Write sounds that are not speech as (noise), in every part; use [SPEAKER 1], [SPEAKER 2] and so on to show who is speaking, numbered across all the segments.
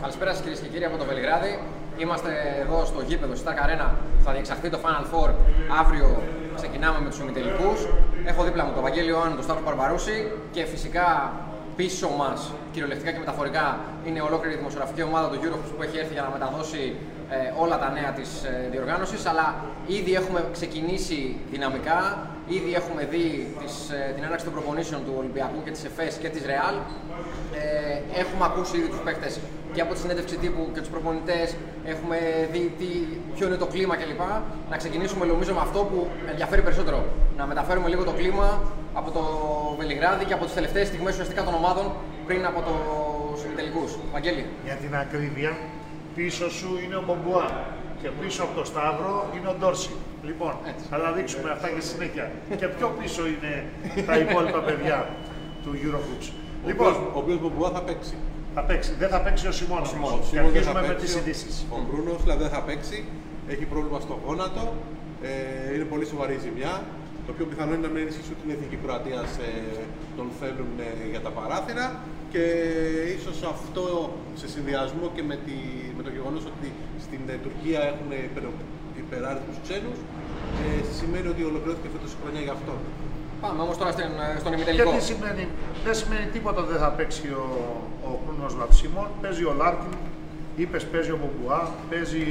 [SPEAKER 1] Καλησπέρα σα κυρίες και κύριοι από το Βελιγράδι. Είμαστε εδώ στο γήπεδο Stark Arena. Θα διεξαχθεί το Final Four αύριο. Ξεκινάμε με τους ημιτελικού. Έχω δίπλα μου τον Βαγγέλη Ιωάννου, τον Σταύρο Παρμπαρούση και φυσικά πίσω μας, κυριολεκτικά και μεταφορικά, είναι ολόκληρη η δημοσιογραφική ομάδα του Eurohoops που έχει έρθει για να μεταδώσει ε, όλα τα νέα της ε, διοργάνωσης. Αλλά ήδη έχουμε ξεκινήσει δυναμικά. Ήδη έχουμε δει τις, ε, την έναρξη των προπονήσεων του Ολυμπιακού και τη ΕΦΕΣ και της Ρεάλ. Ε, έχουμε ακούσει ήδη τους παίκτες και από τη συνέντευξη τύπου και τους προπονητές. Έχουμε δει τι, ποιο είναι το κλίμα κλπ. Να ξεκινήσουμε νομίζω με αυτό που ενδιαφέρει περισσότερο. Να μεταφέρουμε λίγο το κλίμα από το Βελιγράδι και από τις τελευταίες στιγμές ουσιαστικά των ομάδων πριν από τους ημιτελικού. Βαγγέλη,
[SPEAKER 2] Για την ακρίβεια, πίσω σου είναι ο Μπομπουά και πίσω από το Σταύρο είναι ο Ντόρση. Λοιπόν,
[SPEAKER 1] Έτσι.
[SPEAKER 2] θα τα δείξουμε αυτά και συνέχεια. και πιο πίσω είναι τα υπόλοιπα παιδιά του Eurogroups.
[SPEAKER 3] Λοιπόν,
[SPEAKER 2] Λοιπόν,
[SPEAKER 3] ο οποίος Μπομπουά θα παίξει.
[SPEAKER 2] θα παίξει. Δεν θα παίξει ο Σιμώνας.
[SPEAKER 3] Ο
[SPEAKER 2] Και
[SPEAKER 3] Σίμων δεν θα
[SPEAKER 2] αρχίζουμε με τις
[SPEAKER 3] παίξει, ο-
[SPEAKER 2] ειδήσεις.
[SPEAKER 3] Ο Μπρούνος δηλαδή δεν θα παίξει. Έχει πρόβλημα στο γόνατο. Ε, είναι πολύ σοβαρή η ζημιά. Το πιο πιθανό είναι να μην ενισχύσουν την εθνική Κροατία. Ε, τον θέλουν ε, για τα παράθυρα. Και ίσως αυτό σε συνδυασμό και με, τη, με το γεγονός ότι στην ε, Τουρκία έχουν υπερ, υπεράριθμους ξένους, ε, σημαίνει ότι ολοκληρώθηκε φέτος η χρονιά για αυτόν.
[SPEAKER 1] πάμε όμως τώρα στην, ε, στον
[SPEAKER 2] Και
[SPEAKER 1] ημιτελικό.
[SPEAKER 2] τι σημαίνει, δεν σημαίνει τίποτα δεν θα παίξει ο, ο Κρούνος Λατσίμων. Παίζει ο Λάρκιν, είπες παίζει ο Μπομπουά, παίζει.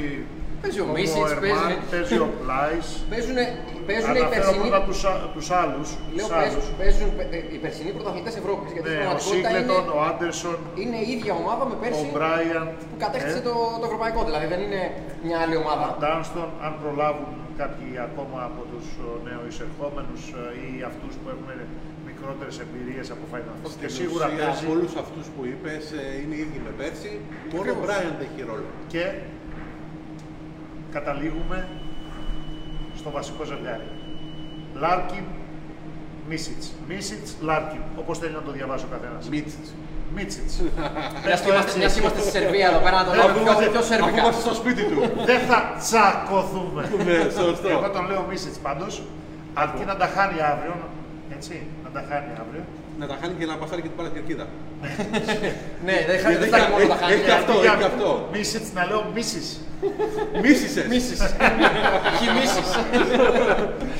[SPEAKER 1] Παίζει ο Μίσιτς,
[SPEAKER 2] Ερμάν,
[SPEAKER 1] παίζει-
[SPEAKER 2] παίζει ο Πλάις.
[SPEAKER 1] Παίζουνε, παίζουνε οι
[SPEAKER 2] Αναφέρω
[SPEAKER 1] περσινοί.
[SPEAKER 2] πρώτα τους, α- τους άλλους.
[SPEAKER 1] Λέω
[SPEAKER 2] τους άλλους.
[SPEAKER 1] παίζουν, παίζουν ε, οι περσινοί πρωταθλητές Ευρώπης. Γιατί στην
[SPEAKER 2] Ναι, ο
[SPEAKER 1] πραγματικότητα
[SPEAKER 2] Σίγκλετον,
[SPEAKER 1] είναι,
[SPEAKER 2] ο Άντερσον,
[SPEAKER 1] είναι η ίδια ομάδα με πέρσι
[SPEAKER 2] ο Μπράιαν, ε,
[SPEAKER 1] που κατέκτησε το, το ευρωπαϊκό. Δηλαδή δεν είναι μια άλλη ομάδα.
[SPEAKER 2] ο Ντάνστον, αν προλάβουν κάποιοι ακόμα από τους ε, νεοεισερχόμενους ε, ή αυτούς που έχουν μικρότερες εμπειρίες από Final Four. Και
[SPEAKER 3] Στην
[SPEAKER 2] σίγουρα
[SPEAKER 3] ουσία,
[SPEAKER 2] παίζει
[SPEAKER 3] από όλους αυτούς που είπες, είναι οι ίδιοι με πέρσι. Μόνο ο
[SPEAKER 1] Ακριβώς.
[SPEAKER 3] Μπράιαντ έχει ρόλο.
[SPEAKER 2] και καταλήγουμε στο βασικό ζευγάρι. Λάρκιν, Μίσιτς. Μίσιτς, Λάρκιν. Όπως θέλει να το διαβάσει ο καθένας.
[SPEAKER 3] Μίτσιτς.
[SPEAKER 2] Μίτσιτς.
[SPEAKER 1] Μια και είμαστε- μιας είμαστε στη Σερβία εδώ πέρα, να το
[SPEAKER 2] Αφού
[SPEAKER 1] λέμε πιο-
[SPEAKER 3] είμαστε-
[SPEAKER 1] πιο
[SPEAKER 3] αφού
[SPEAKER 1] σερβικά.
[SPEAKER 3] είμαστε στο σπίτι του.
[SPEAKER 2] Δεν θα τσακωθούμε.
[SPEAKER 3] Ναι, σωστό.
[SPEAKER 2] Εγώ τον λέω Μίσιτς πάντως, αρκεί να τα χάνει αύριο, έτσι, να τα χάνει αύριο.
[SPEAKER 3] Να τα χάνει και να πασάρει και την παρακερκίδα.
[SPEAKER 1] Ναι, δεν χάνει
[SPEAKER 3] Γιατί
[SPEAKER 1] δεν φτάνει
[SPEAKER 3] έχει-
[SPEAKER 1] μόνο τα
[SPEAKER 3] Ε, έχει-
[SPEAKER 1] χάνει.
[SPEAKER 3] έχει αυτό.
[SPEAKER 2] Αντί για
[SPEAKER 3] είναι αυτό.
[SPEAKER 2] Μίσιτς να λέω Μίσις.
[SPEAKER 3] Μίσησε.
[SPEAKER 1] Μίσεις.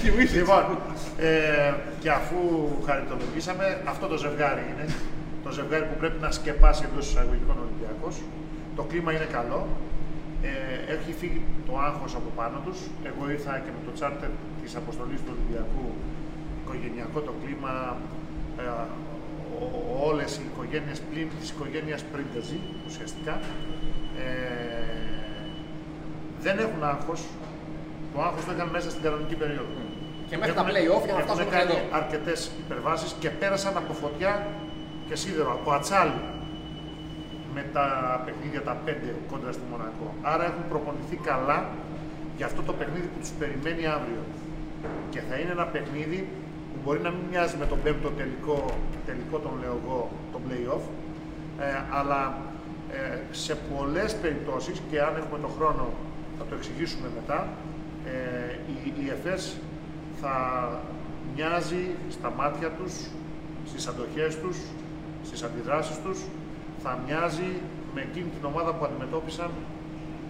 [SPEAKER 1] Χυμίσεις.
[SPEAKER 2] λοιπόν, ε, και αφού χαριτολογήσαμε, αυτό το ζευγάρι είναι. Το ζευγάρι που πρέπει να σκεπάσει εντός εισαγωγικών Ολυμπιακός. Το κλίμα είναι καλό. Ε, έχει φύγει το άγχος από πάνω τους. Εγώ ήρθα και με το τσάρτερ της αποστολής του Ολυμπιακού οικογενειακό το κλίμα. Ε, ο- όλες οι οικογένειες πλην της οικογένειας Πρίντεζη ουσιαστικά. Ε, δεν έχουν άγχος. Το άγχος το είχαν μέσα στην κανονική περίοδο.
[SPEAKER 1] Και μέχρι
[SPEAKER 2] Έχουν-
[SPEAKER 1] τα play-off για να
[SPEAKER 2] έχουν
[SPEAKER 1] φτάσουμε
[SPEAKER 2] κάνει
[SPEAKER 1] μέχρι εδώ.
[SPEAKER 2] αρκετές υπερβάσεις και πέρασαν από φωτιά και σίδερο, από ατσάλι με τα παιχνίδια τα 5 κόντρα στη Μονακό. Άρα έχουν προπονηθεί καλά για αυτό το παιχνίδι που τους περιμένει αύριο. Και θα είναι ένα παιχνίδι που μπορεί να μην μοιάζει με τον πέμπτο τελικό, τελικό τον λέω εγώ, τον play-off, ε, αλλά ε, σε πολλές περιπτώσεις και αν έχουμε τον χρόνο θα το εξηγήσουμε μετά, ε, η, η ΕΦΕΣ θα μοιάζει στα μάτια τους, στις αντοχές τους, στις αντιδράσεις τους, θα μοιάζει με εκείνη την ομάδα που αντιμετώπισαν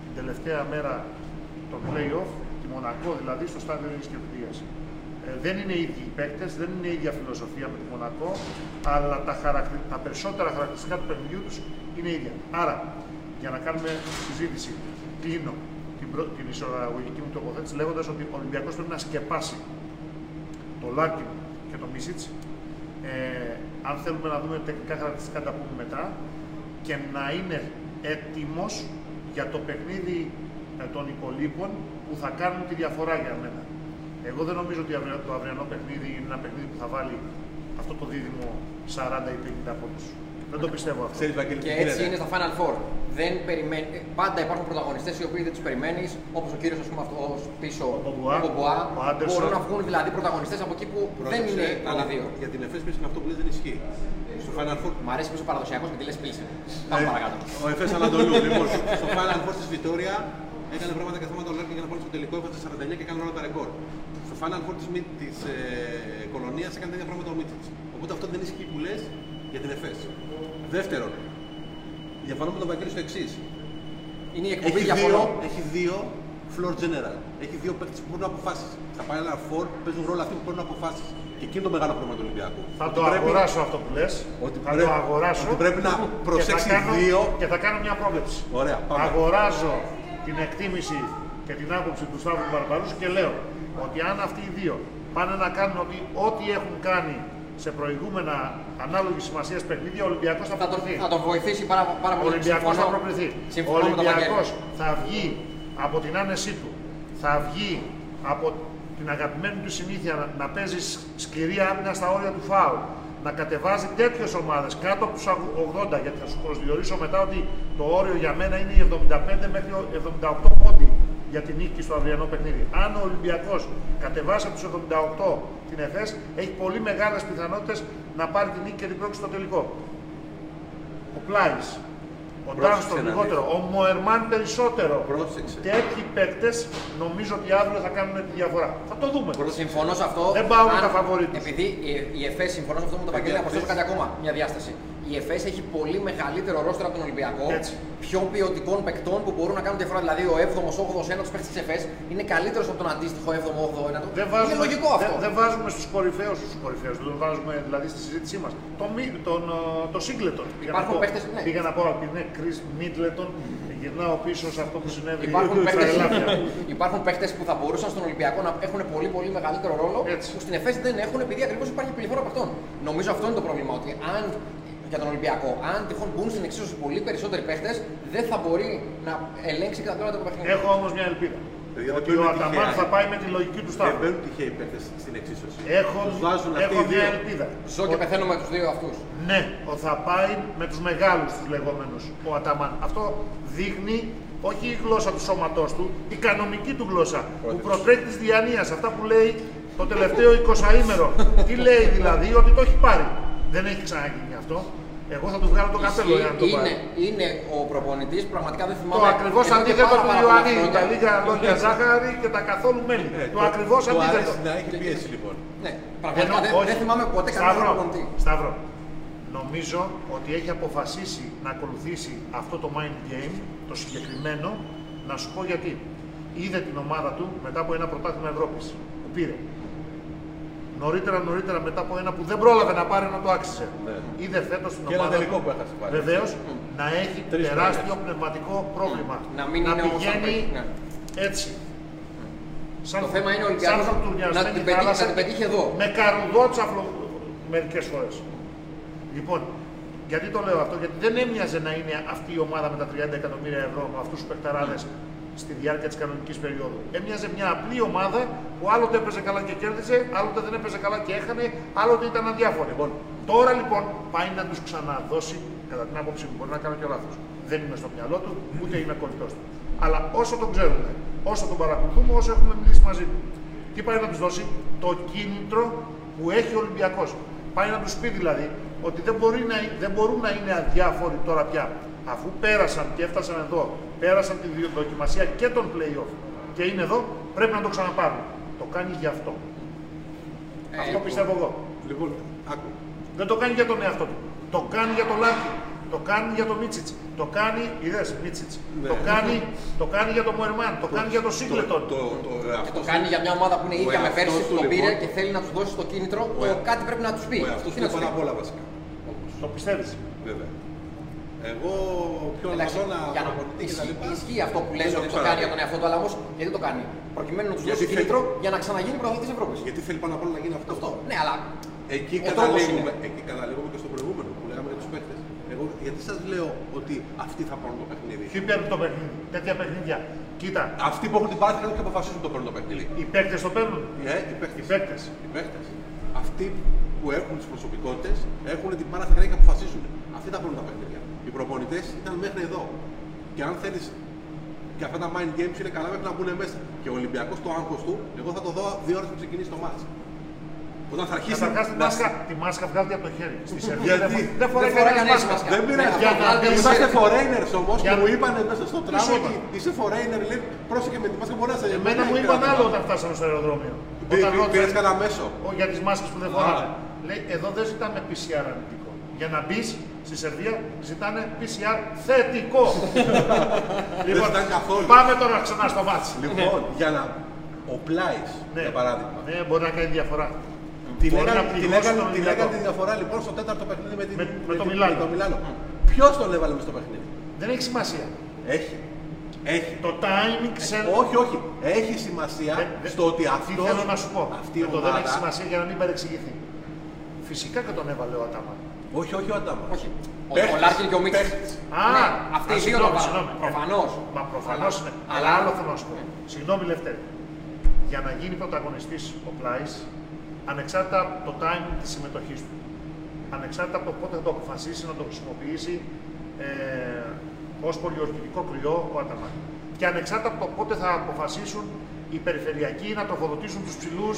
[SPEAKER 2] την τελευταία μέρα των play-off, τη Μονακό δηλαδή, στο στάδιο της Κερδίας. Ε, δεν είναι οι ίδιοι οι παίκτες, δεν είναι η ίδια φιλοσοφία με τη Μονακό, αλλά τα, χαρακτηρι- τα περισσότερα χαρακτηριστικά του παιχνιδιού τους είναι ίδια. Άρα, για να κάνουμε συζήτηση, κλείνω την, προ... την ισορραγωγική μου τοποθέτηση λέγοντας ότι ο Ολυμπιακός πρέπει να σκεπάσει το Λάρκιν και το Μίσιτς. Ε, αν θέλουμε να δούμε τεχνικά χαρακτηριστικά, τα πούμε μετά. Και να είναι έτοιμος για το παιχνίδι ε, των υπολείπων που θα κάνουν τη διαφορά για μένα. Εγώ δεν νομίζω ότι αυρι- το αυριανό παιχνίδι είναι ένα παιχνίδι που θα βάλει αυτό το δίδυμο 40 ή 50 πόντους. Δεν το πιστεύω αυτό.
[SPEAKER 3] Ξέρεις, Βαγγέλη, τι
[SPEAKER 1] Και έτσι είναι
[SPEAKER 3] γίνεται.
[SPEAKER 1] στα Final Four. Δεν περιμένει, ε, πάντα υπάρχουν πρωταγωνιστές οι οποίοι δεν τους περιμένεις, όπως ο κύριος αυτός πίσω,
[SPEAKER 2] Ο Μπομπουά, ο Άντερσον.
[SPEAKER 1] Μπορούν να βγουν δηλαδή πρωταγωνιστές από εκεί που δεν
[SPEAKER 3] Πρόσεξε,
[SPEAKER 1] είναι άλλοι
[SPEAKER 3] αλλά
[SPEAKER 1] δύο.
[SPEAKER 3] Για την Εφές πίσω αυτό που λες δεν ισχύει. Στο Final Four
[SPEAKER 1] Μ' αρέσει που είσαι παραδοσιακό και τη λε πίλησε. Πάμε
[SPEAKER 3] Ε,
[SPEAKER 1] παρακάτω.
[SPEAKER 3] Ο Εφέ Ανατολού, λοιπόν. Στο Final Four της Βιτόρια έκανε πράγματα και θέματα ολόκληρα για να πάρει στο τελικό. Έφτασε 49 και έκανε όλα τα ρεκόρ. Στο Final Four της της, ε, Κολονίας έκανε τέτοια πράγματα ο Μίτσιτ. Οπότε αυτό δεν ισχύει που λες για την Εφές. Δεύτερον, Διαφωνώ με τον Βαγγέλη στο εξής.
[SPEAKER 1] Είναι η εκπομπή
[SPEAKER 3] Έχει
[SPEAKER 1] για
[SPEAKER 3] δύο, έχει δύο floor general. Έχει δύο παίκτες που παίρνουν αποφάσει. Θα πάει ένα φορ, παίζουν ρόλο αυτοί που παίρνουν αποφάσεις. Και εκείνο το μεγάλο πρόβλημα του Ολυμπιακού.
[SPEAKER 2] Θα
[SPEAKER 3] Ότι
[SPEAKER 2] το
[SPEAKER 3] πρέπει-
[SPEAKER 2] αγοράσω αυτό που λες.
[SPEAKER 3] Ότι
[SPEAKER 2] Θα
[SPEAKER 3] πρέπει-
[SPEAKER 2] το αγοράσω.
[SPEAKER 3] ότι πρέπει να
[SPEAKER 2] και θα
[SPEAKER 3] προσέξει
[SPEAKER 2] κάνω-
[SPEAKER 3] δύο.
[SPEAKER 2] Και θα κάνω μια πρόβλεψη.
[SPEAKER 3] Ωραία, πάμε.
[SPEAKER 2] Αγοράζω την εκτίμηση και την άποψη του Σταύρου Μπαρμπαρούσου και λέω ότι αν αυτοί οι δύο πάνε να κάνουν ότι ό,τι έχουν κάνει σε προηγούμενα ανάλογη σημασία παιχνίδια, ο Ολυμπιακός θα
[SPEAKER 1] Θα τον,
[SPEAKER 2] προκριθεί.
[SPEAKER 1] θα τον βοηθήσει πάρα, πάρα
[SPEAKER 2] Ο
[SPEAKER 1] πολύ.
[SPEAKER 2] Ολυμπιακός θα
[SPEAKER 1] Συμφωνώ-
[SPEAKER 2] προκριθεί. Ο
[SPEAKER 1] Συμφωνώ με τον
[SPEAKER 2] Ολυμπιακός
[SPEAKER 1] Βαγγέλη.
[SPEAKER 2] θα βγει από την άνεσή του. Θα βγει από την αγαπημένη του συνήθεια να, να παίζει σκληρή άμυνα στα όρια του φάου. Να κατεβάζει τέτοιες ομάδες κάτω από τους 80, γιατί θα σου προσδιορίσω μετά ότι το όριο για μένα είναι οι 75 μέχρι ο- 78 πόντι για την νίκη στο αυριανό παιχνίδι. Αν ο Ολυμπιακός κατεβάσει από τους 78 την ΕΦΕΣ, έχει πολύ μεγάλες πιθανότητες να πάρει την νίκη και την πρόκληση στο τελικό. Ο Πλάις, ο
[SPEAKER 3] Πρόσεξε να
[SPEAKER 2] Ντάνστον
[SPEAKER 3] δεις.
[SPEAKER 2] λιγότερο, ο Μοερμάν περισσότερο.
[SPEAKER 3] Πρόσεξε.
[SPEAKER 2] Τέτοιοι παίκτες νομίζω ότι αύριο θα κάνουν τη διαφορά. Θα το δούμε.
[SPEAKER 1] Συμφωνώ σε αυτό.
[SPEAKER 2] Δεν πάω με
[SPEAKER 1] Αν-
[SPEAKER 2] τα φαβορί τους.
[SPEAKER 1] Επειδή η- η ΕΦΕΣ, συμφωνώ σε αυτό με τον Βαγγέλη, να προσθέσω κάτι ακόμα, μια διάσταση. Η ΕΦΕΣ έχει πολύ μεγαλύτερο ρόστρο από τον Ολυμπιακό.
[SPEAKER 2] Έτσι.
[SPEAKER 1] Πιο ποιοτικών παικτών που μπορούν να κάνουν διαφορά. Δηλαδή, ο 7ο, 8ο, 1ο παίκτης της ΕΦΕΣ είναι καλύτερος από τον αντίστοιχο 7ο, 8ο, 1ο.
[SPEAKER 2] Δεν βάζουμε,
[SPEAKER 1] Είναι λογικό
[SPEAKER 2] δεν,
[SPEAKER 1] αυτό.
[SPEAKER 2] δεν βάζουμε στους κορυφαίους του κορυφαίους. Δεν τον βάζουμε δηλαδή στη συζήτησή μας. Το, Μι- τον, ε, το Σίγκλετον. πήγα να
[SPEAKER 1] Υπάρχουν
[SPEAKER 2] πω.
[SPEAKER 1] παίκτες, ναι.
[SPEAKER 2] Πήγα να πω ότι είναι Chris Middleton. Γυρνάω πίσω σε αυτό που συνέβη
[SPEAKER 1] Υπάρχουν
[SPEAKER 2] στα
[SPEAKER 1] παίκτες,
[SPEAKER 2] Ελάφια.
[SPEAKER 1] υπάρχουν παίκτες που θα μπορούσαν στον Ολυμπιακό να έχουν πολύ πολύ μεγαλύτερο ρόλο
[SPEAKER 2] Έτσι.
[SPEAKER 1] που στην ΕΦΕΣ δεν έχουν επειδή ακριβώς υπάρχει πληθώρα παιχτών. Νομίζω αυτό είναι το πρόβλημα. Ότι αν για τον Ολυμπιακό, αν τυχόν μπουν στην εξίσωση πολύ περισσότεροι παίχτες, δεν θα μπορεί να ελέγξει κατά τώρα το παιχνίδι.
[SPEAKER 2] Έχω όμως μια ελπίδα.
[SPEAKER 3] Παιδιά, δεν
[SPEAKER 2] ότι ο
[SPEAKER 3] παίρνουν
[SPEAKER 2] Αταμάν
[SPEAKER 3] τυχαία. Ε,
[SPEAKER 2] θα πάει με τη λογική του
[SPEAKER 3] Δεν
[SPEAKER 2] Σταύρου.
[SPEAKER 3] μπαίνουν τυχαίοι παίκτε στην εξίσωση.
[SPEAKER 2] Έχω,
[SPEAKER 3] Τους βάζουν αυτοί
[SPEAKER 2] έχω
[SPEAKER 3] οι
[SPEAKER 2] μια
[SPEAKER 3] δύο.
[SPEAKER 2] ελπίδα.
[SPEAKER 1] Ζω και πεθαίνω με τους δύο αυτούς.
[SPEAKER 2] Ναι, ο θα πάει με τους μεγάλους τους λεγόμενους ο Αταμάν. Αυτό δείχνει όχι η γλώσσα του σώματός του, η κανονική του γλώσσα που προτρέχει της διανοίας. Αυτά που λέει το τελευταίο 20ήμερο. Τι λέει δηλαδή, ότι το έχει πάρει. Δεν έχει ξαναγίνει αυτό. Εγώ θα του βγάλω το καπέλο για να το
[SPEAKER 1] είναι,
[SPEAKER 2] πάρει.
[SPEAKER 1] είναι ο προπονητής, πραγματικά δεν θυμάμαι.
[SPEAKER 2] Το ακριβώς
[SPEAKER 1] εδώ και
[SPEAKER 2] αντίθετο
[SPEAKER 1] πάρα
[SPEAKER 2] του
[SPEAKER 1] πάρα πολλά
[SPEAKER 2] Ιωαννίδη.
[SPEAKER 1] χρόνια. Ναι,
[SPEAKER 2] Τα λίγα λόγια ζάχαρη και τα καθόλου μέλι.
[SPEAKER 3] Ε,
[SPEAKER 2] Το ακριβώς
[SPEAKER 3] το
[SPEAKER 2] αντίθετο.
[SPEAKER 3] άρεσε να έχει πίεση λοιπόν.
[SPEAKER 1] Ναι, πραγματικά δεν,
[SPEAKER 2] όχι.
[SPEAKER 1] δεν θυμάμαι ποτέ κανέναν
[SPEAKER 2] Σταύρο,
[SPEAKER 1] προπονητή.
[SPEAKER 2] Σταύρο, νομίζω ότι έχει αποφασίσει να ακολουθήσει αυτό το mind game, το συγκεκριμένο, να σου πω γιατί. Είδε την ομάδα του μετά από ένα πρωτάθλημα Ευρώπης που πήρε. Νωρίτερα, νωρίτερα μετά από ένα που δεν πρόλαβε να πάρει να το άξιζε.
[SPEAKER 3] Ναι.
[SPEAKER 2] Είδε φέτος την
[SPEAKER 3] Και ένα
[SPEAKER 2] ομάδα.
[SPEAKER 3] τελικό που έχασε πάλι.
[SPEAKER 2] Βεβαίως, να έχει
[SPEAKER 3] Τρεις
[SPEAKER 2] τεράστιο
[SPEAKER 3] μέρες.
[SPEAKER 2] πνευματικό πρόβλημα.
[SPEAKER 1] Να μην είναι όμως σαν
[SPEAKER 2] πηγαίνει
[SPEAKER 1] παίκτη, ναι.
[SPEAKER 2] έτσι. Σαν,
[SPEAKER 1] Το θέμα είναι ο
[SPEAKER 2] σαν
[SPEAKER 1] Ολυμπιακός
[SPEAKER 2] χορτουριασμένη
[SPEAKER 1] να την πετύχει-
[SPEAKER 2] θάλασσα
[SPEAKER 1] να την πετύχει εδώ.
[SPEAKER 2] Με καρουδότσαφλο μερικές φορές. Λοιπόν, γιατί το λέω αυτό, Γιατί δεν έμοιαζε να είναι αυτή η ομάδα με τα 30 εκατομμύρια ευρώ με αυτούς τους παιχταράδες στη διάρκεια της κανονικής περίοδου. Έμοιαζε μια απλή ομάδα που άλλοτε έπαιζε καλά και κέρδιζε, άλλοτε δεν έπαιζε καλά και έχανε, άλλοτε ήταν αδιάφορη. Λοιπόν, τώρα λοιπόν πάει να τους ξαναδώσει, κατά την άποψή μου, μπορεί να κάνω και λάθος. Δεν είμαι στο μυαλό τους, ούτε είμαι κολλητός τους. Αλλά όσο τον ξέρουμε, όσο τον παρακολουθούμε, όσο έχουμε μιλήσει μαζί του, τι πάει να τους δώσει, το κίνητρο που έχει ο Ολυμπιακός. Πάει να τους πει δηλαδή ότι δεν, μπορεί να, δεν μπορούν να είναι αδιάφοροι τώρα πια. Αφού πέρασαν και έφτασαν εδώ, πέρασαν τη δοκιμασία και τον playoff και είναι εδώ, πρέπει να το ξαναπάρουν. Το κάνει γι' αυτό.
[SPEAKER 1] Ε,
[SPEAKER 2] αυτό
[SPEAKER 1] λοιπόν.
[SPEAKER 2] πιστεύω εγώ.
[SPEAKER 3] Λοιπόν, άκου.
[SPEAKER 2] Δεν το κάνει για τον εαυτό του. Το κάνει για τον Λάκη. Το κάνει για τον Μίτσιτ. Το κάνει. Είδες Μίτσιτ.
[SPEAKER 3] Ναι.
[SPEAKER 2] Το, κάνει, το κάνει για τον Μοερμάν. Το, κάνει για τον Σίγκλετον.
[SPEAKER 3] Το, το, το,
[SPEAKER 1] Και
[SPEAKER 3] εαυτός
[SPEAKER 1] το κάνει για μια ομάδα που είναι
[SPEAKER 3] Ο
[SPEAKER 1] ίδια με
[SPEAKER 3] εαυτός
[SPEAKER 1] πέρσι,
[SPEAKER 3] του,
[SPEAKER 1] που τον πήρε
[SPEAKER 3] λοιπόν.
[SPEAKER 1] και θέλει να τους δώσει το κίνητρο,
[SPEAKER 3] Ο
[SPEAKER 1] το
[SPEAKER 3] εαυτός-
[SPEAKER 1] κάτι πρέπει να τους πει.
[SPEAKER 3] Ο εαυτός
[SPEAKER 1] Τι
[SPEAKER 3] του
[SPEAKER 1] να τους
[SPEAKER 3] πάνω απ'
[SPEAKER 1] πει.
[SPEAKER 3] όλα βασικά.
[SPEAKER 2] Το πιστεύεις.
[SPEAKER 3] Βέβαια. Εγώ πιο
[SPEAKER 1] Εντάξει,
[SPEAKER 3] αναζώνα
[SPEAKER 1] για να
[SPEAKER 3] προπονητή και τα
[SPEAKER 1] ισχύει,
[SPEAKER 3] λοιπά.
[SPEAKER 1] ισχύει αυτό που λες
[SPEAKER 3] δεν
[SPEAKER 1] ότι το
[SPEAKER 3] ξέρω.
[SPEAKER 1] κάνει για τον εαυτό του, αλλά όμως γιατί το κάνει. Προκειμένου να τους
[SPEAKER 3] Γιατί
[SPEAKER 1] δώσει
[SPEAKER 3] θέλει.
[SPEAKER 1] κίνητρο για να ξαναγίνει πρωταθλητής Ευρώπης.
[SPEAKER 3] Γιατί θέλει πάνω απ' όλα να γίνει αυτό.
[SPEAKER 1] Αυτό. Ναι, αλλά.
[SPEAKER 3] Εκεί
[SPEAKER 1] Ο τρόπος
[SPEAKER 3] καταλήγουμε,
[SPEAKER 1] είναι.
[SPEAKER 3] εκεί καταλήγουμε και στο προηγούμενο που λέγαμε για τους παίχτε. Εγώ γιατί σας λέω ότι αυτοί θα πάρουν το παιχνίδι.
[SPEAKER 2] Ποιοι παίρνουν το παιχνίδι. Τέτοια παιχνίδια. Κοίτα,
[SPEAKER 3] Αυτοί που έχουν την πάθη και αποφασίζουν το παίρνουν το παιχνίδι.
[SPEAKER 2] οι παίκτες το παίρνουν.
[SPEAKER 3] Ε, οι
[SPEAKER 2] Οι
[SPEAKER 3] παίχτες.
[SPEAKER 2] παίκτες.
[SPEAKER 3] Οι παίχτες. Αυτοί που έχουν τις προσωπικότητες έχουν την πάρα στην και αποφασίζουν. Αυτοί τα παίρνουν τα παιχνίδια. Οι προπονητές ήταν μέχρι εδώ. Και αν θέλεις. Και αυτά τα mind games είναι καλά μέχρι να μπουν μέσα. Και ο Ολυμπιακός το άγχος του, εγώ θα το δω δύο ώρες που ξεκινήσει το μάτς. Όταν θα αρχίσει
[SPEAKER 2] Καταρχάς τη
[SPEAKER 3] να-
[SPEAKER 2] μάσκα, τη μάσκα βγάλετε από το χέρι. Στη Σερβία
[SPEAKER 3] Γιατί?
[SPEAKER 2] δεν- δεν φοράει
[SPEAKER 1] Δεν φοράει
[SPEAKER 2] κανένα
[SPEAKER 1] κανένας
[SPEAKER 2] μάσκα.
[SPEAKER 1] μάσκα.
[SPEAKER 3] Δεν πειράζει.
[SPEAKER 2] Για να δεις-
[SPEAKER 3] Είμαστε foreigners όμως και
[SPEAKER 2] Για-
[SPEAKER 3] μου είπαν μέσα στο τραμ
[SPEAKER 2] σου
[SPEAKER 3] ότι
[SPEAKER 2] είπαν.
[SPEAKER 3] είσαι foreigner. Λέει πρόσεχε με τη μάσκα μπορεί να σε
[SPEAKER 2] Εμένα μου είπαν άλλο όταν φτάσαμε στο αεροδρόμιο. Όταν ρώτησα-
[SPEAKER 3] Πήρε κανένα μέσο.
[SPEAKER 2] Ω, για τις μάσκες που δεν
[SPEAKER 3] Α.
[SPEAKER 2] φοράνε. Λέει, εδώ δεν ζητάμε PCR αρνητικό. Για να μπεις, Στη Σερβία ζητάνε PCR
[SPEAKER 3] (laughs)
[SPEAKER 2] θετικό. Λοιπόν,
[SPEAKER 3] Δεν ζητάνε καθόλου.
[SPEAKER 2] πάμε τώρα ξανά στο μάτς.
[SPEAKER 3] Λοιπόν, για να. Ο πλάι,
[SPEAKER 2] Ναι.
[SPEAKER 3] για παράδειγμα.
[SPEAKER 2] Ναι, μπορεί να κάνει διαφορά.
[SPEAKER 3] Την
[SPEAKER 2] Μπορεί
[SPEAKER 3] έκανε,
[SPEAKER 2] να
[SPEAKER 3] την
[SPEAKER 2] πληγώσει
[SPEAKER 3] έκανε-
[SPEAKER 2] τον
[SPEAKER 3] την
[SPEAKER 2] Μιλάνο.
[SPEAKER 3] έκανε τη διαφορά λοιπόν στο τέταρτο παιχνίδι με, την,
[SPEAKER 2] Με- με το
[SPEAKER 3] την-
[SPEAKER 2] Μιλάνο.
[SPEAKER 3] με το Μιλάνο. Ποιος τον έβαλε μες στο παιχνίδι.
[SPEAKER 2] Δεν έχει σημασία.
[SPEAKER 3] Έχει. Έχει.
[SPEAKER 2] Το timing ξέρει.
[SPEAKER 3] Ε, Όχι, όχι. Έχει σημασία
[SPEAKER 2] Δεν- δεν-
[SPEAKER 3] στο ότι
[SPEAKER 2] Ε, τι
[SPEAKER 3] αυτός.
[SPEAKER 2] θέλω να σου πω.
[SPEAKER 3] Αυτή η
[SPEAKER 2] Με το δεν έχει
[SPEAKER 3] ομάδα.
[SPEAKER 2] σημασία για να μην παρεξηγηθεί. Φυσικά και τον έβαλε ο Ατάμα.
[SPEAKER 3] Όχι, όχι, ο Αντάμα.
[SPEAKER 1] Όχι. Ο,
[SPEAKER 3] Παίχτης,
[SPEAKER 1] ο Λάρκιν και ο Μίτσιτ.
[SPEAKER 3] παίχτης.
[SPEAKER 2] Α,
[SPEAKER 1] Ναι, αυτοί οι δύο
[SPEAKER 2] συγγνώμη,
[SPEAKER 1] το
[SPEAKER 2] συγγνώμη. ε,
[SPEAKER 1] βάλουν. Προφανώς.
[SPEAKER 2] Μα προφανώς ναι. Αλλά άλλο θέλω να σου
[SPEAKER 1] Ναι.
[SPEAKER 2] πω. Συγγνώμη, Λευτέρη. Για να γίνει πρωταγωνιστής ο Πλάις, ανεξάρτητα από το time της συμμετοχής του, ανεξάρτητα από το πότε θα το αποφασίσει να το χρησιμοποιήσει ε, ως πολιορκητικό κρυό ο Αταμάν. Και ανεξάρτητα από το πότε θα αποφασίσουν οι περιφερειακοί να τροφοδοτήσουν τους ψηλούς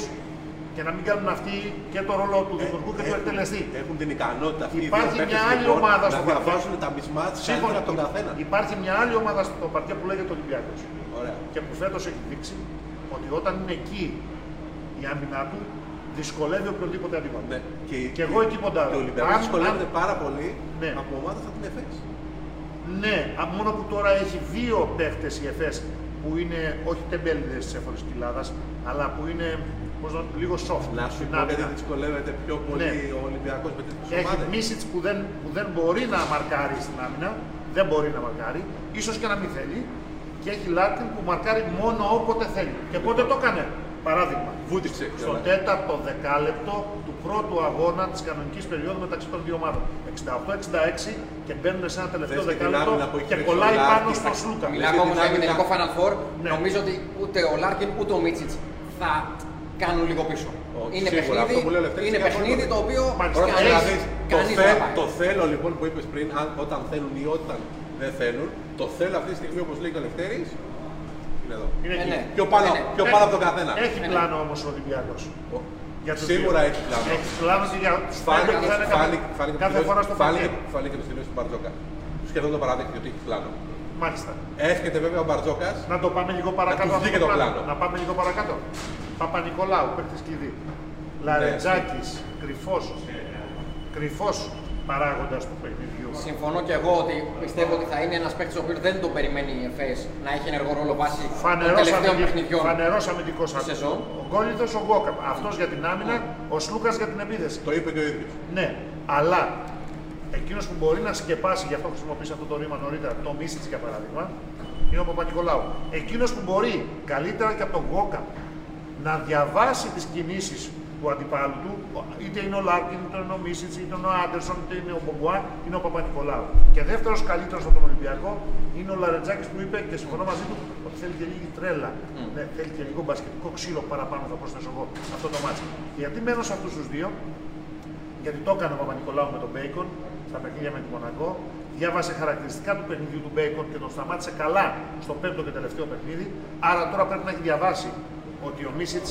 [SPEAKER 2] και να μην κάνουν αυτοί και το ρόλο
[SPEAKER 1] Ε,
[SPEAKER 2] του δημιουργού και του
[SPEAKER 3] έχουν-
[SPEAKER 2] εκτελεστή.
[SPEAKER 3] Έχουν την ικανότητα αυτή.
[SPEAKER 2] Υπάρχει μια άλλη ομάδα
[SPEAKER 3] στο
[SPEAKER 2] στο
[SPEAKER 3] Να
[SPEAKER 2] παρελθόν.
[SPEAKER 3] διαβάζουν τα μισμάτια
[SPEAKER 2] Σύμφωνα
[SPEAKER 3] από τον καθένα.
[SPEAKER 2] Υπάρχει μια άλλη ομάδα στο παρτιά που λέγεται Ολυμπιακός.
[SPEAKER 3] Ωραία.
[SPEAKER 2] και που φέτος έχει δείξει ότι όταν είναι εκεί η άμυνά του, δυσκολεύει οποιοδήποτε αντίπαλο.
[SPEAKER 3] Ναι.
[SPEAKER 2] Και εγώ εκεί ποντάρω.
[SPEAKER 3] Και ο Ολυμπιακός
[SPEAKER 2] Αν-
[SPEAKER 3] δυσκολεύεται
[SPEAKER 2] αν-
[SPEAKER 3] πάρα πολύ
[SPEAKER 2] Ναι.
[SPEAKER 3] από ομάδες σαν την ΕΦΕΣ.
[SPEAKER 2] Ναι, α, μόνο που τώρα έχει δύο παίχτες η ΕΦΕΣ που είναι όχι τεμπέληδες της εφόρης της Ελλάδας, αλλά που είναι πώς να, λίγο soft.
[SPEAKER 3] Να σου
[SPEAKER 2] στην
[SPEAKER 3] πω γιατί
[SPEAKER 2] άμυνα.
[SPEAKER 3] δυσκολεύεται πιο πολύ
[SPEAKER 2] Ναι.
[SPEAKER 3] ο Ολυμπιακός με τέτοιες
[SPEAKER 2] Έχει
[SPEAKER 3] ομάδες.
[SPEAKER 2] Μίσιτς που δεν, που δεν μπορεί να μαρκάρει στην άμυνα, δεν μπορεί να μαρκάρει, ίσως και να μην θέλει. Και έχει Λάρκιν που μαρκάρει μόνο όποτε θέλει. Και πότε το έκανε, παράδειγμα.
[SPEAKER 3] Βούτυξε.
[SPEAKER 2] στο τέταρτο δεκάλεπτο του πρώτου αγώνα της κανονικής περίοδου μεταξύ των δύο ομάδων. 68-66 και μπαίνουν σε ένα τελευταίο
[SPEAKER 3] Δες και την άμυνα που
[SPEAKER 2] δεκάλεπτο
[SPEAKER 3] έχει
[SPEAKER 2] και
[SPEAKER 3] παίξει ο
[SPEAKER 2] κολλάει
[SPEAKER 3] Λάρκιν.
[SPEAKER 2] πάνω στο Σλούκα.
[SPEAKER 1] Μιλάμε
[SPEAKER 3] Έχει
[SPEAKER 1] όμω για
[SPEAKER 3] δυνάμει
[SPEAKER 1] ημιτελικό
[SPEAKER 3] να-
[SPEAKER 1] Final Four.
[SPEAKER 2] Ναι.
[SPEAKER 1] Νομίζω ότι ούτε ο Λάρκιν ούτε ο Μίτσιτ θα κάνουν λίγο πίσω.
[SPEAKER 3] Όχι,
[SPEAKER 1] είναι
[SPEAKER 3] σίγουρα. Αυτό που λέω,
[SPEAKER 1] παιχνίδι,
[SPEAKER 3] Λευτέρης,
[SPEAKER 1] είναι
[SPEAKER 3] συμφωνώ.
[SPEAKER 1] παιχνίδι το οποίο
[SPEAKER 2] Μάλιστα.
[SPEAKER 3] Πρώτα
[SPEAKER 2] Έχει.
[SPEAKER 3] να
[SPEAKER 1] κανείς
[SPEAKER 3] δεις, δηλαδή, το,
[SPEAKER 1] κανείς
[SPEAKER 3] θε-
[SPEAKER 1] δεν θα πάει.
[SPEAKER 3] το θέλω λοιπόν που είπες πριν, αν, όταν θέλουν ή όταν δεν θέλουν, το θέλω αυτή τη στιγμή όπως λέει και ο Λευτέρης, είναι εδώ.
[SPEAKER 2] Είναι
[SPEAKER 1] Ε,
[SPEAKER 2] εκεί.
[SPEAKER 1] ναι.
[SPEAKER 3] Πιο πάνω,
[SPEAKER 1] Ε, ναι.
[SPEAKER 3] πιο πάνω από τον καθένα.
[SPEAKER 2] Έχει
[SPEAKER 1] Ναι.
[SPEAKER 2] πλάνο όμως ο Ολυμπιακός.
[SPEAKER 3] Ο- Σίγουρα έχει πλάνο.
[SPEAKER 2] Έχει πλάνο και για του πέντε
[SPEAKER 3] Φάνηκε-
[SPEAKER 2] που θα είναι
[SPEAKER 3] φάνηκε-
[SPEAKER 2] κάθε-
[SPEAKER 3] φάνηκε-
[SPEAKER 2] κάθε φορά στο
[SPEAKER 3] φάνηκε-
[SPEAKER 2] φάνηκε.
[SPEAKER 3] Φάνηκε το στυλίο του Μπαρτζόκα. Σχεδόν το παραδέχτηκε ότι έχει πλάνο.
[SPEAKER 2] Μάλιστα.
[SPEAKER 3] Έρχεται βέβαια ο Μπαρτζόκας.
[SPEAKER 2] Να το πάμε λίγο παρακάτω.
[SPEAKER 3] τους
[SPEAKER 2] αυτό
[SPEAKER 3] βγει και το πλάνο.
[SPEAKER 2] Να πάμε λίγο παρακάτω. Παπα-Νικολάου, παίκτης κλειδί. Λαρετζάκης, κρυφός. Κρυφός παράγοντας του παιχνιδιού.
[SPEAKER 1] Συμφωνώ και εγώ ότι πιστεύω ότι θα είναι ένας παίκτης ο οποίος δεν τον περιμένει η ΕΦΕΣ να έχει ενεργό ρόλο βάσει των
[SPEAKER 2] Φανερός
[SPEAKER 1] τελευταίων
[SPEAKER 2] αμυντικ-
[SPEAKER 1] παιχνιδιών.
[SPEAKER 2] Φανερός αμυντικός
[SPEAKER 1] Σεζόν.
[SPEAKER 2] αμυντικός. Ο Γκόλιδος ο Γκόκαμ. Αυτός για την άμυνα, ο Σλούκας για την επίθεση.
[SPEAKER 3] Το είπε και ο ίδιος.
[SPEAKER 2] Ναι, αλλά εκείνος που μπορεί να σκεπάσει, γι' αυτό χρησιμοποίησα αυτό το ρήμα νωρίτερα, το Μίσιτς για παράδειγμα, είναι ο Παπα-Νικολάου. Εκείνος που μπορεί καλύτερα και από τον Γκόκαμ να διαβάσει τις κινήσεις του αντιπάλου του, είτε είναι ο Λάρκιν, είτε είναι ο Μίσιτς, είτε είναι ο Άντερσον, είτε είναι ο Μπομπουά, είναι ο Παπα-Νικολάου. Και δεύτερος καλύτερος από τον Ολυμπιακό είναι ο Λαρετζάκης που είπε και συμφωνώ μαζί του ότι θέλει και λίγη τρέλα. Ναι, θέλει και λίγο μπασκετικό ξύλο παραπάνω θα προσθέσω εγώ σε αυτό το μάτσο. Γιατί μένω σε αυτούς τους δύο, γιατί το έκανε ο Παπα-Νικολάου με τον Μπέικον στα παιχνίδια με τη Μονακό. Διάβασε χαρακτηριστικά του παιχνιδιού του Μπέικον και τον σταμάτησε καλά στο πέμπτο και τελευταίο παιχνίδι. Άρα τώρα πρέπει να έχει διαβάσει ότι ο Μίσιτ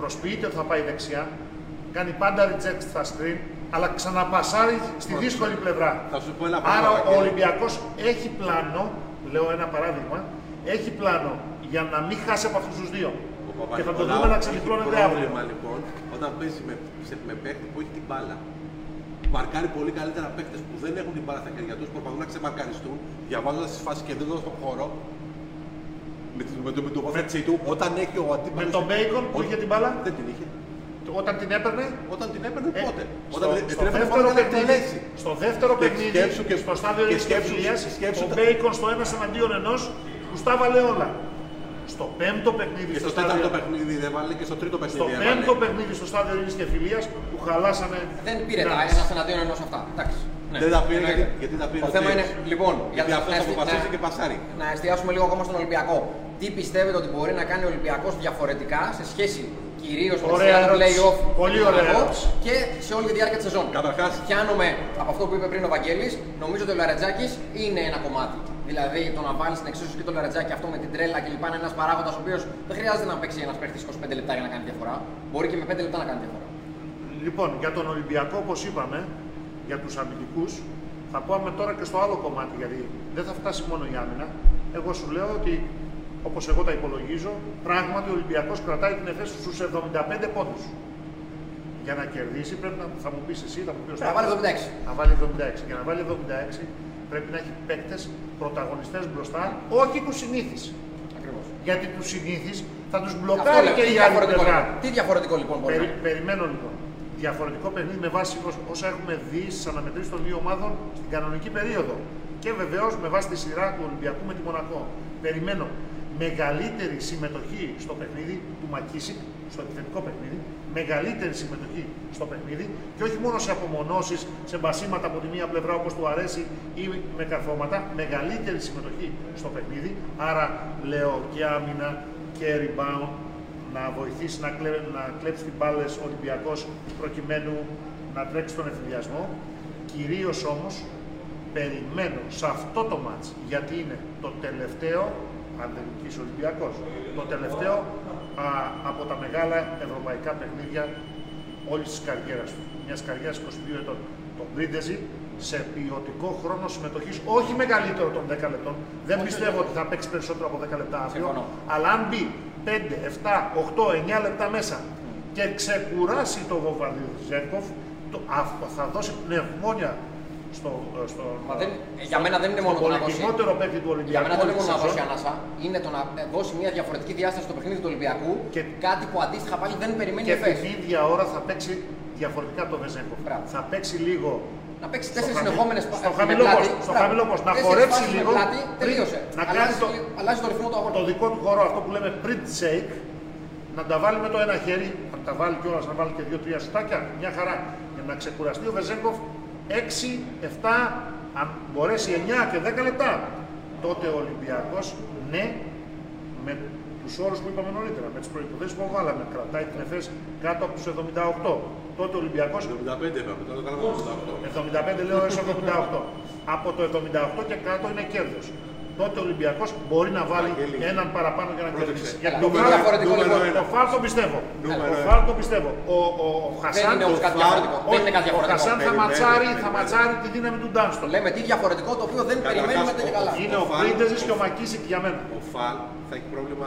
[SPEAKER 2] προσποιείται ότι θα πάει δεξιά, κάνει πάντα reject στα screen, αλλά ξαναπασάρει στη δύσκολη πλευρά.
[SPEAKER 3] Θα σου πω ένα
[SPEAKER 2] Άρα
[SPEAKER 3] πράγμα,
[SPEAKER 2] ο
[SPEAKER 3] Βαγγέλη.
[SPEAKER 2] Ολυμπιακός έχει πλάνο, λέω ένα παράδειγμα, έχει πλάνο για να μην χάσει από αυτούς τους δύο.
[SPEAKER 3] Ο
[SPEAKER 2] Και θα το
[SPEAKER 3] Παπα-Νικολάου
[SPEAKER 2] δούμε να
[SPEAKER 3] έχει
[SPEAKER 2] ξεδιπλώνεται αύριο.
[SPEAKER 3] πρόβλημα λοιπόν όταν παίζει με, σε- με παίχτη που έχει την μπάλα. Μαρκάρει πολύ καλύτερα παίχτε που δεν έχουν την μπάλα στα χέρια τους, προσπαθούν να ξεμαρκαριστούν, διαβάζοντας τις φάσεις και δίνοντας τον χώρο. Με την με το- με την τοποθέτησή του, όταν έχει ο αντίπαλος.
[SPEAKER 2] Με τον Bacon που είχε την μπάλα.
[SPEAKER 3] Δεν την είχε.
[SPEAKER 2] Όταν την έπαιρνε,
[SPEAKER 3] Όταν την έπαιρνε πότε.
[SPEAKER 2] Ε, στο,
[SPEAKER 3] Όταν
[SPEAKER 2] στο
[SPEAKER 3] την έπαιρνε
[SPEAKER 2] δεύτερο
[SPEAKER 3] πότε δεν την
[SPEAKER 2] παιχνίδι,
[SPEAKER 3] έχει.
[SPEAKER 2] στο δεύτερο
[SPEAKER 3] Και
[SPEAKER 2] παιχνίδι,
[SPEAKER 3] σκέψου και-
[SPEAKER 2] στο στάδιο
[SPEAKER 3] και
[SPEAKER 2] της
[SPEAKER 3] σκέψου-
[SPEAKER 2] Φιλίας,
[SPEAKER 3] σκέψου
[SPEAKER 2] ο
[SPEAKER 3] τα-
[SPEAKER 2] Μπέικον στο ένας εναντίον ενός, που τα βάλε όλα. Στο πέμπτο παιχνίδι,
[SPEAKER 3] Και στο
[SPEAKER 2] στάδιο-
[SPEAKER 3] τέταρτο παιχνίδι δεν βάλε και στο τρίτο
[SPEAKER 2] στο
[SPEAKER 3] παιχνίδι έβαλε.
[SPEAKER 2] πέμπτο παιχνίδι στο στάδιο Ειρήνης και Φιλίας, που χαλάσανε...
[SPEAKER 1] Δεν πήρε τα
[SPEAKER 2] Να-
[SPEAKER 1] ένας εναντίον ενός αυτά. Εντάξει. Ναι.
[SPEAKER 3] Δεν τα πήρε
[SPEAKER 1] Εννοείται.
[SPEAKER 3] γιατί- γιατί τα πήρε
[SPEAKER 1] Το
[SPEAKER 3] ο
[SPEAKER 1] θέμα
[SPEAKER 3] James.
[SPEAKER 1] είναι λοιπόν.
[SPEAKER 3] Γιατί
[SPEAKER 1] να
[SPEAKER 3] αυτός
[SPEAKER 1] εστί-
[SPEAKER 3] αποφασίζει
[SPEAKER 1] να-
[SPEAKER 3] και πασάρει.
[SPEAKER 1] Να εστιάσουμε λίγο ακόμα στον Ολυμπιακό. Τι πιστεύετε ότι μπορεί να κάνει ο Ολυμπιακός διαφορετικά σε σχέση κυρίως με τη
[SPEAKER 2] Ωραία
[SPEAKER 1] σειρά του
[SPEAKER 2] ερώτηση.
[SPEAKER 1] playoff
[SPEAKER 2] Πολύ
[SPEAKER 1] με τον
[SPEAKER 2] ωραία
[SPEAKER 1] Ολυμπιακό
[SPEAKER 2] ερώτηση.
[SPEAKER 1] και σε όλη τη διάρκεια της σεζόν.
[SPEAKER 3] Καταρχάς-
[SPEAKER 1] πιάνομαι από αυτό που είπε πριν ο Βαγγέλης, νομίζω ότι ο Λαρετζάκης είναι ένα κομμάτι. Δηλαδή το να βάλεις στην εξίσωση και τον Λαρετζάκη αυτό με την τρέλα κλπ. Είναι ένας παράγοντας ο οποίος δεν χρειάζεται να παίξει ένας παίχτη 25 λεπτά για να κάνει διαφορά. Μπορεί και με 5 λεπτά να κάνει διαφορά.
[SPEAKER 2] Λοιπόν, για τον Ολυμπιακό, όπως είπαμε, για τους αμυντικούς, θα πάμε τώρα και στο άλλο κομμάτι, γιατί δεν θα φτάσει μόνο η άμυνα. Εγώ σου λέω ότι, όπως εγώ τα υπολογίζω, πράγματι ο Ολυμπιακός κρατάει την εφέση στους 75 πόντους. για να κερδίσει πρέπει να θα μου πεις εσύ, θα μου πεις ο
[SPEAKER 1] Πρέπει να βάλει
[SPEAKER 2] Στέφανος,
[SPEAKER 1] 76.
[SPEAKER 2] να βάλει 76. Για να βάλει 76 πρέπει να έχει παίκτες πρωταγωνιστές μπροστά, όχι τους συνήθεις.
[SPEAKER 1] Ακριβώς.
[SPEAKER 2] Γιατί τους συνήθεις θα τους
[SPEAKER 1] Αυτό
[SPEAKER 2] μπλοκάρει
[SPEAKER 1] λέω.
[SPEAKER 2] και
[SPEAKER 1] Τι
[SPEAKER 2] η άλλη
[SPEAKER 1] διαφορετικό,
[SPEAKER 2] πλευρά.
[SPEAKER 1] λοιπόν. τι διαφορετικό λοιπόν μπορεί να
[SPEAKER 2] Περι-
[SPEAKER 1] είναι.
[SPEAKER 2] περιμένω λοιπόν. Διαφορετικό παιχνίδι με βάση ως- όσα έχουμε δει στις αναμετρήσεις των δύο ομάδων στην κανονική περίοδο. Και βεβαίως με βάση τη σειρά του Ολυμπιακού με τη Μονακό. Περιμένω μεγαλύτερη συμμετοχή στο παιχνίδι του Μακίσικ, στο επιθετικό παιχνίδι, μεγαλύτερη συμμετοχή στο παιχνίδι και όχι μόνο σε απομονώσεις, σε μπασίματα από τη μία πλευρά όπως του αρέσει ή με καρφώματα, μεγαλύτερη συμμετοχή στο παιχνίδι. Άρα λέω και άμυνα και rebound να βοηθήσει να, κλε, να κλέψει την μπάλε ο Ολυμπιακός προκειμένου να τρέξει τον εφηδιασμό. Κυρίως όμως περιμένω σε αυτό το μάτς, γιατί είναι το τελευταίο, αν δεν νικήσει ο Ολυμπιακός, το τελευταίο α, από τα μεγάλα ευρωπαϊκά παιχνίδια όλης της καριέρας του. Μιας καριέρας 22 ετών. Το Μπρίντεζι σε ποιοτικό χρόνο συμμετοχής, όχι μεγαλύτερο των 10 λεπτών. Δεν
[SPEAKER 1] Όχι,
[SPEAKER 2] πιστεύω
[SPEAKER 1] όχι.
[SPEAKER 2] ότι θα παίξει περισσότερο από 10 λεπτά αύριο.
[SPEAKER 1] Συμφωνώ.
[SPEAKER 2] Αλλά αν μπει 5, 7, 8, 9 λεπτά μέσα και ξεκουράσει το Βοβαδιζέκοφ, το, αυτό θα δώσει πνευμόνια στο, ε, στο,
[SPEAKER 1] Μα δεν- ε, για μένα δεν είναι μόνο το να δώσει-
[SPEAKER 2] πολυτιμότερο παίκτη του Ολυμπιακού.
[SPEAKER 1] Για μένα δεν είναι
[SPEAKER 2] όλη
[SPEAKER 1] μόνο να
[SPEAKER 2] τη
[SPEAKER 1] δώσει
[SPEAKER 2] σεζόν.
[SPEAKER 1] ανάσα, είναι το να ε, δώσει μια διαφορετική διάσταση στο παιχνίδι του Ολυμπιακού.
[SPEAKER 2] Και-
[SPEAKER 1] Κάτι που αντίστοιχα πάλι δεν περιμένει η
[SPEAKER 2] Και
[SPEAKER 1] ΕΦΕΣ.
[SPEAKER 2] την ίδια ώρα θα παίξει διαφορετικά το Βεζέκοφ.
[SPEAKER 1] Μπράβο.
[SPEAKER 2] Θα παίξει λίγο
[SPEAKER 1] Να παίξει
[SPEAKER 2] στο
[SPEAKER 1] τέσσερις
[SPEAKER 2] χαμη-
[SPEAKER 1] συνεχόμενες
[SPEAKER 2] στο χαμηλό κόστος, στο χαμηλό κόστος. Να χορέψει λίγο
[SPEAKER 1] Πλάτη,
[SPEAKER 2] πριν-
[SPEAKER 1] τελείωσε.
[SPEAKER 2] να κάνει
[SPEAKER 1] αλλάζει,
[SPEAKER 2] το-
[SPEAKER 1] λίγο- αλλάζει το ρυθμό του αγώνα.
[SPEAKER 2] το δικό του χώρο, αυτό που λέμε print shake, να τα βάλει με το ένα χέρι, να τα βάλει κιόλας, να βάλει και δύο-τρία σουτάκια, μια χαρά. Για να ξεκουραστεί ο Βεζέγκοφ 6-7, αν μπορέσει 9 και 10 λεπτά. Τότε ο Ολυμπιακός, ναι, με τους όρους που είπαμε νωρίτερα, με τις προποθέσει που βάλαμε, κρατάει την ΕΦΕΣ κάτω από τους 78. Τότε ο Ολυμπιακός
[SPEAKER 3] 75 είπαμε, τώρα κάναμε 88.
[SPEAKER 2] 75 λέω έως 78. Από το 78 και κάτω είναι κέρδος. Τότε ο Ολυμπιακός μπορεί να βάλει
[SPEAKER 3] Βαγγέλη.
[SPEAKER 2] έναν παραπάνω για να
[SPEAKER 3] Πρόσεξε.
[SPEAKER 2] κερδίσει.
[SPEAKER 3] Καλά,
[SPEAKER 2] το
[SPEAKER 1] νούμερο-
[SPEAKER 2] φάουλ-
[SPEAKER 1] διαφορετικό
[SPEAKER 3] νούμερο
[SPEAKER 1] λοιπόν.
[SPEAKER 3] ένα.
[SPEAKER 2] το φάουλ το πιστεύω.
[SPEAKER 3] Νούμερο
[SPEAKER 2] Το
[SPEAKER 3] ένα.
[SPEAKER 2] φάουλ το πιστεύω. Ο, ο, ο
[SPEAKER 1] Δεν
[SPEAKER 2] Χασάν,
[SPEAKER 1] είναι όμως
[SPEAKER 3] το
[SPEAKER 1] κάτι
[SPEAKER 3] βάρ-
[SPEAKER 1] διαφορετικό.
[SPEAKER 2] όχι,
[SPEAKER 1] Δεν είναι κάτι
[SPEAKER 2] ο Χασάν
[SPEAKER 1] διαφορετικό.
[SPEAKER 2] θα
[SPEAKER 3] Περιμένει,
[SPEAKER 2] ματσάρει, θα
[SPEAKER 3] περιμένει.
[SPEAKER 2] ματσάρει τη δύναμη του Ντάνστον.
[SPEAKER 1] Λέμε τι διαφορετικό το οποίο δεν
[SPEAKER 3] Καταρχάς,
[SPEAKER 1] περιμένουμε
[SPEAKER 3] ο-
[SPEAKER 1] και καλά.
[SPEAKER 2] Είναι ο
[SPEAKER 3] ο Φαν-
[SPEAKER 2] Πρίντεζης
[SPEAKER 3] ο-
[SPEAKER 2] και ο Μακίσικ για μένα.
[SPEAKER 3] Ο Φαλ θα έχει πρόβλημα